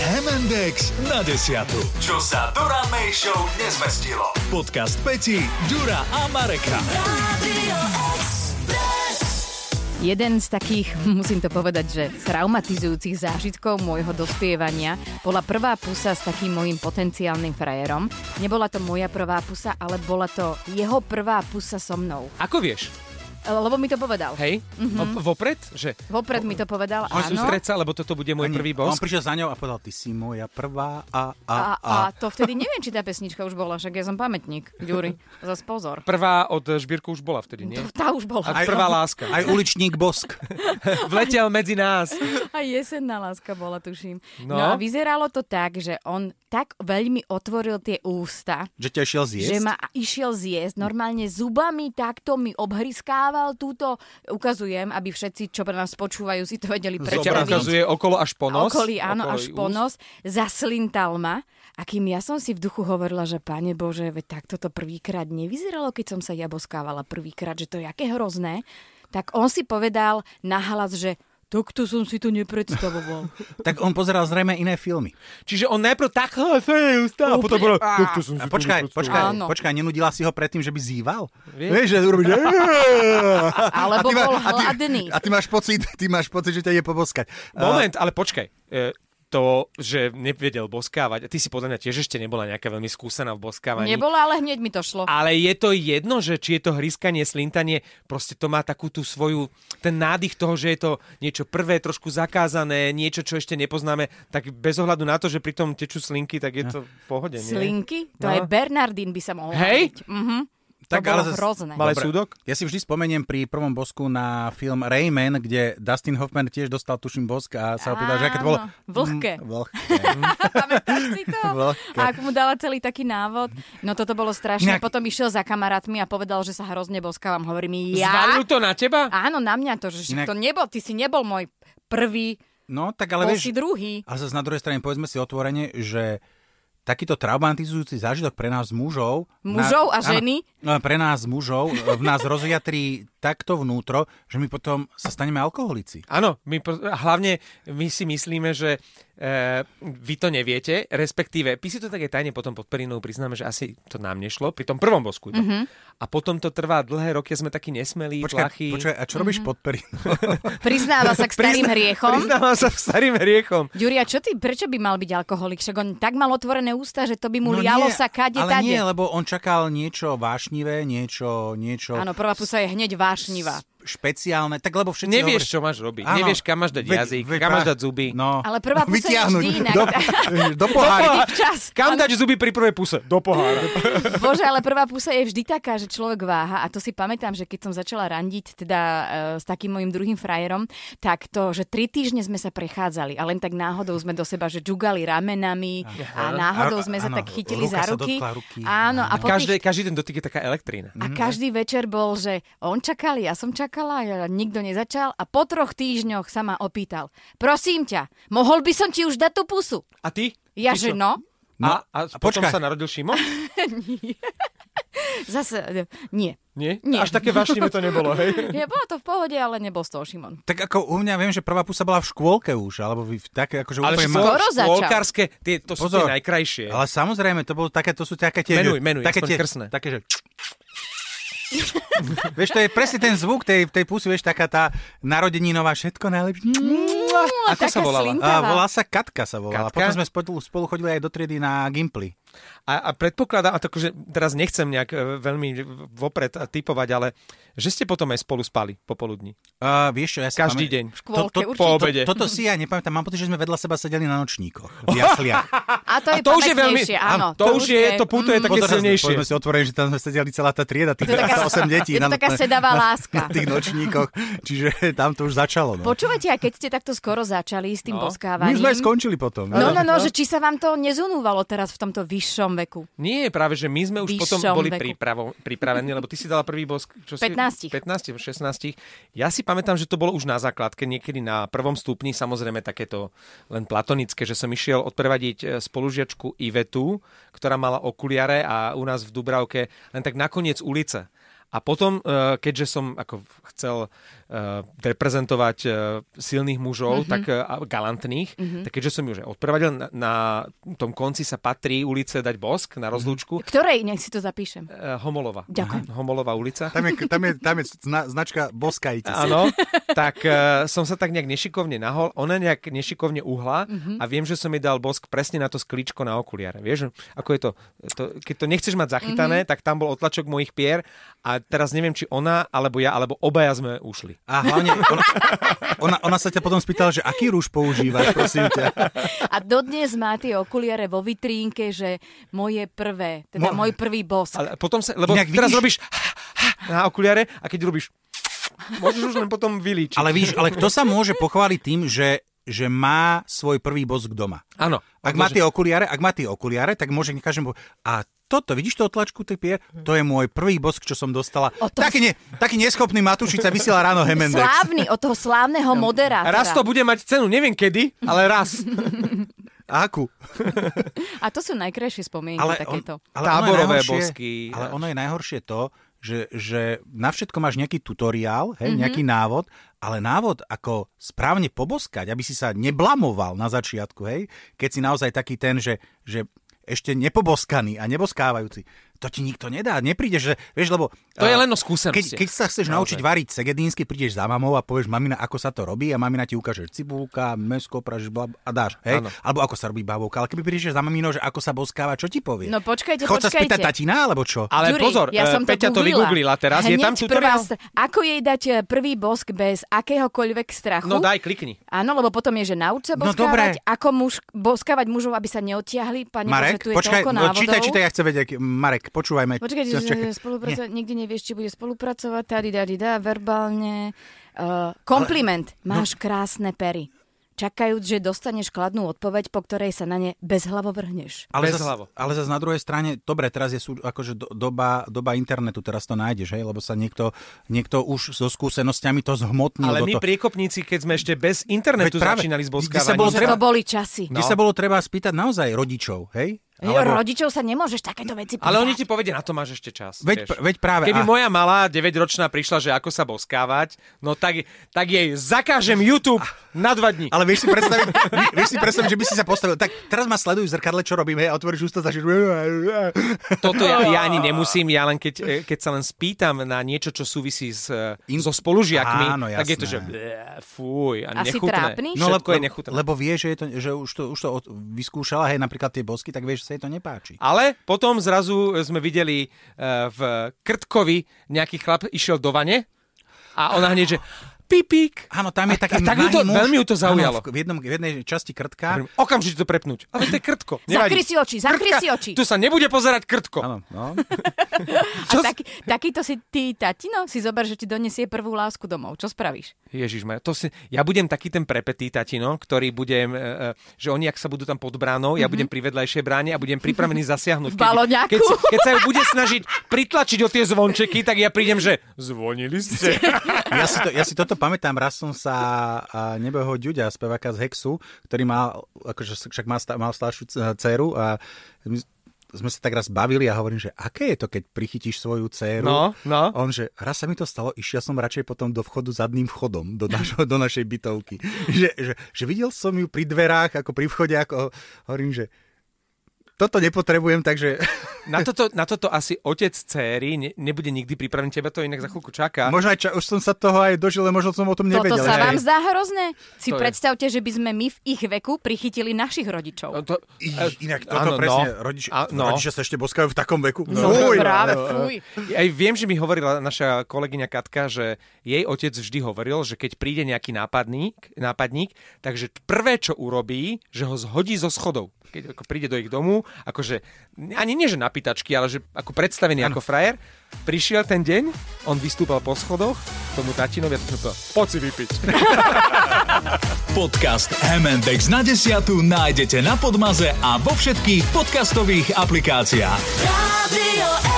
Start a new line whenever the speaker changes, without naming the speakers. Index na desiatu. Čo sa Dura May Show nezmestilo. Podcast Peti, Dura a Mareka.
Jeden z takých, musím to povedať, že traumatizujúcich zážitkov môjho dospievania bola prvá pusa s takým mojim potenciálnym frajerom. Nebola to moja prvá pusa, ale bola to jeho prvá pusa so mnou. E,
Ako vieš?
Lebo mi to povedal.
Hej?
Mhm.
Mm-hmm. Vopred? Že
Vopred mi to povedal,
Môj
áno.
sústreca, lebo toto bude môj prvý
On
bosk.
prišiel za ňou a povedal, ty si moja prvá a a
A,
a.
a to vtedy neviem, či tá pesnička už bola, však ja som pamätník, Ďuri. Zas pozor.
Prvá od eh, Žbírku už bola vtedy, nie?
To, tá už bola.
A prvá láska.
Aj uličník Bosk.
Vletel medzi nás.
A jesenná láska bola, tuším. No.
No.
no a vyzeralo to tak, že on tak veľmi otvoril tie ústa,
Že ťa išiel zjesť?
že ma išiel zjesť. Normálne zubami takto mi obhryskával túto. Ukazujem, aby všetci, čo pre nás počúvajú, si to vedeli
Ťa
predstaviť.
ukazuje okolo až po nos.
Okolí, áno,
Okolo
až po
úst.
nos. Zaslintal ma. A kým ja som si v duchu hovorila, že pane Bože, veď takto to prvýkrát nevyzeralo, keď som sa ja boskávala prvýkrát, že to je aké hrozné, tak on si povedal nahlas, že takto som si to nepredstavoval.
Tak on pozeral zrejme iné filmy.
Čiže on najprv tak hej, ústa, a potom bolo... "Takto som si
A
to
počkaj,
nepredstavoval."
počkaj,
Áno.
počkaj, nenudila si ho predtým, že by zýval?
Vieš?
že urobíš...
Alebo
má-
bol
a ty,
hladný.
a ty máš pocit, ty máš pocit, že ťa ide poboskať. A-
Moment, ale počkaj. E, to, že nevedel boskávať, a ty si podľa mňa tiež ešte nebola nejaká veľmi skúsená v boskávaní.
Nebola, ale hneď mi to šlo.
Ale je to jedno, že či je to hryskanie, slintanie, proste to má takú tú svoju, ten nádych toho, že je to niečo prvé, trošku zakázané, niečo, čo ešte nepoznáme, tak bez ohľadu na to, že pri tom tečú slinky, tak je
No.
to v pohode, nie?
Slinky? To
No.
aj Bernardín by sa mohol
Hej?
hábiť. Mhm.
Eh, Tak,
to bolo
ale zas-
hrozné.
Malé súdok?
Ja si vždy spomeniem pri prvom bosku na film Rayman, kde Dustin Hoffman tiež dostal tuším bosk a sa opýtal, že aké to bolo...
Áno, vlhké.
Mm, vlhké.
Pamätáš si to?
Veľké.
A ak mu dala celý taký návod, no toto bolo strašné.
Inak-
Potom išiel za kamarátmi a povedal, že sa hrozne boskávam. Hovorí mi,
Zvalil
ja?
to na teba?
Áno, na mňa to, že
Inak-
to nebol, ty si nebol môj prvý,
No, tak ale
bol
vieš...
si druhý.
Ale zase na druhej strane povedzme si otvorene, že takýto traumatizujúci zážitok pre nás mužov...
Mužov a ženy?
Áno, no, pre nás mužov e, v nás rozjatrí takto vnútro, že my potom sa staneme alkoholici.
Áno, my, pro- a hlavne my si myslíme, že e, vy to neviete, respektíve my si to také tajne potom pod perinou priznáme, že asi to nám nešlo pri tom prvom bosku. Mm-hmm.
Mhm.
A potom to trvá dlhé roky, a sme takí nesmelí, tlachí.
Počkaj, počkaj, a čo
Mhm.
robíš pod perinou?
Priznáva sa k starým hriechom.
Priznávam sa starým hriechom.
Ďuria, čo ty, prečo by mal byť alkoholik? Však on tak mal otvorené ústa, že to by mu
No
lialo
nie,
sa kade
Ale
tade.
nie, lebo on čakal niečo vášnivé, niečo, niečo
Áno, prvá pusa je hneď vášnivá.
špeciálne. Tak lebo všetci
Nevieš,
hovoria-
čo máš robiť.
Áno.
Nevieš, kam máš dať
Veď-
jazyk,
veď
kam máš
práve.
dať zuby.
No.
Ale prvá pusa je
Vytiahnuť
vždy inak.
Do, do pohára.
Vždy včas.
Kam dať zuby pri prvej puse? Do pohára.
Bože, ale prvá pusa je vždy taká, že človek váha a to si pamätám, že keď som začala randiť teda e, s takým mojim druhým frajerom, tak to, že tri týždne sme sa prechádzali a len tak náhodou sme do seba, že džugali ramenami a
A-
náhodou sme sa
áno,
tak chytili
ruka
za
sa
ruky.
dotkla ruky. Mhm.
Áno, a po
Každý,
tých
každý ten dotyk je taká elektrína.
a každý večer bol, že on čakal, ja som čakala, ja, nikto nezačal a po troch týždňoch sa ma opýtal. Prosím ťa, mohol by som ti už dať tú pusu?
A ty?
Ja, že
Ty čo?
no.
No,
A, a
a
potom
počkaj.
sa narodil Šimon?
Zase, e, nie.
Nie?
Nie.
Až také vášnivé to nebolo, hej?
Nie, bolo to v pohode, ale nebol z toho Šimon.
Tak ako u mňa viem, že prvá pusa bola v škôlke už, alebo v také akože
Ale
úplne...
že
ma-
skoro začal.
škôlkarské, tie, to sú tie
Pozor.
najkrajšie.
Ale samozrejme, to, bolo také, to sú také tie...
Menuj, menuj,
také
aspoň krsné.
Také, že... vieš, to je presne ten zvuk tej, tej pusy, vieš, taká tá narodeninová, všetko najlepšie.
No,
Ako sa volala?
A volá sa Katka sa volala.
Katka?
Potom sme spolu, spolu chodili aj do triedy na Gimply.
A, a predpokladám, a to, akože teraz nechcem nejak e, veľmi vopred typovať, ale že ste potom aj spolu spali popoludní.
Uh, vieš čo, ja si
Každý deň.
pamä-
V škôlke
To- to-
určite.
po obede.
Toto si ja nepamätám. Mám pocit, že sme vedľa seba sedeli na nočníkoch. V jasliach.
A to, je
a to už je veľmi...
pamätnejšie, áno.
to, už je, to puto
Mm.
je také
Pozor,
silnejšie.
Poďme si otvorili, že tam sme sedeli celá tá trieda, tých
Je to taká-
8 detí.
je to
na-
taká
na-
sedavá
na-
láska.
Na tých nočníkoch, čiže tam to už začalo. No.
Počúvate, a keď ste takto skoro začali s tým
My
No.
boskávaním...
už sme aj skončili potom.
No, no, no, že či sa vám to nezunúvalo teraz v tomto vyššom veku.
Nie, práve, že my sme už
Vyššom
potom boli
veku.
pripravo, pripravení, lebo ty si dala prvý bosk. Čo
15.
Si, 15, 16. Ja si pamätám, že to bolo už na základke, niekedy na prvom stupni, samozrejme takéto len platonické, že som išiel odprevadiť e, spolužiačku Ivetu, ktorá mala okuliare a u nás v Dubravke len tak nakoniec ulice. A potom, eh, keďže som ako chcel eh, reprezentovať eh, silných mužov, tak eh, a galantných, tak keďže som ju už aj odprevadil, na, na tom konci sa patrí ulice Dať Bosk na rozlúčku,
Ktorej? Nech si to zapíšem.
eh, Homolova.
Mhm. Ďakujem.
Homolova ulica.
Tam je, tam je, tam je zna, značka Boskajte si.
Áno, tak uh, som sa tak nejak nešikovne nahol, ona nejak nešikovne uhla
Mhm.
a viem, že som jej dal bosk presne na to sklíčko na okuliare. Vieš, ako je to, to keď to nechceš mať zachytané,
Mhm.
tak tam bol otlačok mojich pier a teraz neviem, či ona, alebo ja, alebo obaja sme ušli.
A hlavne, ona, ona, ona sa ťa potom spýtala, že aký rúž používaš, prosím ťa.
A dodnes má tie okuliare vo vitrínke, že moje prvé, teda
Mo-
môj prvý bosk.
Ale potom sa, lebo
Inak
Inak teraz
vidíš-
robíš na okuliare a keď robíš, môžeš už len potom vylíčiť.
Ale víš, ale kto sa môže pochváliť tým, že, že má svoj prvý bosk doma?
Áno.
Ak má tie okuliare, ak má tie okuliare, tak môže každému povedať, a toto, vidíš to otlačku tej pier? To je môj prvý bosk, čo som dostala.
Mhm. O to-
Taký, ne, taký neschopný Matušica vysiela ráno Hemendex.
Slávny, od toho slávneho moderátora.
Raz to bude mať cenu, neviem kedy, ale raz.
Akú?
A to sú najkrajšie spomienky
Ale, on,
takéto.
ale ono je
Táborové
najhoršie-
bosky.
Ale ono je najhoršie to, že, že na všetko máš nejaký tutoriál, hej,
Mhm.
mm-hmm. nejaký návod, ale návod, ako správne poboskať, aby si sa neblamoval na začiatku, hej, keď si naozaj taký ten, že, že ešte nepoboskaný a neboskávajúci, to ti nikto nedá, nepríde, že, vieš, lebo...
To je
a,
len o skúsenosti.
Keď, keď sa chceš
Naozaj.
naučiť variť segedínsky, prídeš za mamou a povieš mamina, ako sa to robí a mamina ti ukáže cibulka, mesko, pražíš bla, a dáš, hej?
Áno.
Alebo ako sa robí bavovka. Ale keby prídeš za maminou, že ako sa boskáva, čo ti povie?
No počkajte,
Chod sa
počkajte.
spýtať tatina, alebo čo?
Ale
Ďuri,
pozor,
ja
eh,
som to
Peťa to
googlila.
vygooglila teraz, je
Hneď
tam
prvá
tutoriál?
str- Ako jej dať eh, prvý bosk bez akéhokoľvek strachu?
No daj, klikni.
Áno, lebo potom je, že nauč sa
No
boskávať,
dobre.
ako muž, boskávať mužov, aby sa neodtiahli. Pane, Bože,
Marek,
tu je
počkaj,
toľko
no,
návodov.
čítaj, čítaj, ja chcem vedieť, aký- Marek, počúvajme.
Počkaj,
Čo-
že
čakaj.
spolupracovať, nikdy nevieš, či bude spolupracovať, tady, tady, dá, verbálne. Uh, kompliment,
no-
máš krásne pery. Čakajúc, že dostaneš kladnú odpoveď, po ktorej sa na ne bezhlavo vrhneš.
ale
Bez
zas,
hlavo.
ale zas na druhej strane, dobre, teraz je sú, akože do, doba, doba internetu, teraz to nájdeš, hej, lebo sa niekto, niekto už so skúsenosťami to zhmotnil
Ale
do
my
No, to,
priekopníci, keď sme ešte bez internetu
Veď práve,
začínali s
kde sa
boskávaním.
bolo
Že
treba-
to boli časy.
kde
No.
sa bolo treba spýtať naozaj rodičov, hej?
Alebo... Rodičov sa nemôžeš takéto veci pýtať.
Ale oni ti povedia, na to máš ešte čas.
Veď
vieš.
pr- veď práve, a-
Keby moja malá 9-ročná prišla, že ako sa boskávať, no tak, tak jej zakážem YouTube na dva dní.
Ale vieš si predstaviť, vie- vieš si predstaviť, že by si sa postavil. Tak teraz ma sledujú v zrkadle, čo robím, hej, a otvoríš ústa, začneš...
No, Toto ja, ja ani nemusím, ja len keď, eh, keď sa len spýtam na niečo, čo súvisí s,
In-
In... so spolužiakmi,
Áno,
tak je to, že
jasné.
blé, fuj, a
Asi
nechutné.
trápny?
No, Všetko je nechutné.
lebo vie, že, je to, že už to, už to od, vyskúšala, hej, napríklad tie bosky, tak vieš, že sa jej to nepáči.
Ale potom zrazu sme videli eh, v Krtkovi nejaký chlap išiel do vane a ona hneď, že pipík.
Áno, tam je
A-
taký
a tak
nahý
ju to-
muž.
veľmi ju to
Áno,
zaujalo.
v, v, jednom, v jednej časti krtka.
Hovorím, Okamžite to prepnúť. Ale to je krtko.
Zakry
nevadí.
si oči, zakry
Krtka-
si oči.
Tu sa nebude pozerať krtko.
Áno, no.
A taký, takýto si ty, tatino, si zober, že ti donesie prvú lásku domov. Čo spravíš?
Ježiš, to si, ja budem taký ten prepetý tatino, ktorý budem, e, e, že oni, ak sa budú tam pod bránou, ja
Mhm.
budem pri vedľajšej bráne a budem pripravený
V
zasiahnuť.
baloňaku.
Keď, keď, sa- keď sa ju bude snažiť pritlačiť o tie zvončeky, tak ja prídem, že zvonili ste.
Ja si, to, ja si toto pamätám, raz som sa a nebeho Ďuďa, speváka z Hexu, ktorý mal, akože však má, stá- mal staršiu c- dceru a my sme sa tak raz bavili a hovorím, že aké je to, keď prichytíš svoju dceru.
No, no.
On, že raz sa mi to stalo, išiel som radšej potom do vchodu zadným vchodom, do, našo, do našej bytovky. Že, že, že videl som ju pri dverách, ako pri vchode, ako hovorím, že toto nepotrebujem, takže
Na toto, na toto asi otec céry ne, nebude nikdy pripravený, teba to inak za chvíľku čaká.
možno aj ča, už som sa toho aj dožil, ale možno som o tom
Toto
nevedel.
sa
že-
vám zdá hrozné? Si
To je-
predstavte, že by sme my v ich veku prichytili našich
No
rodičov.
to,
I,
e,
inak toto
áno,
áno, presne,
no.
no, rodič,
A- no.
rodičia sa ešte boskajú v takom veku.
No,
Fuj.
práve, fuj.
Ja aj viem, že mi hovorila naša kolegyňa Katka, že jej otec vždy hovoril, že keď príde nejaký nápadník, nápadník takže t- prvé, čo urobí, že ho zhodí zo schodov. Keď ako príde do ich domu, akože, ani nie, že na pýtačky, ale že ako predstavený ano. ako frajer, prišiel ten deň, on vystúpal po schodoch, tomu tatinovi a to poď si vypiť.
Podcast MNDX na desiatu nájdete na Podmaze a vo všetkých podcastových aplikáciách.
Radio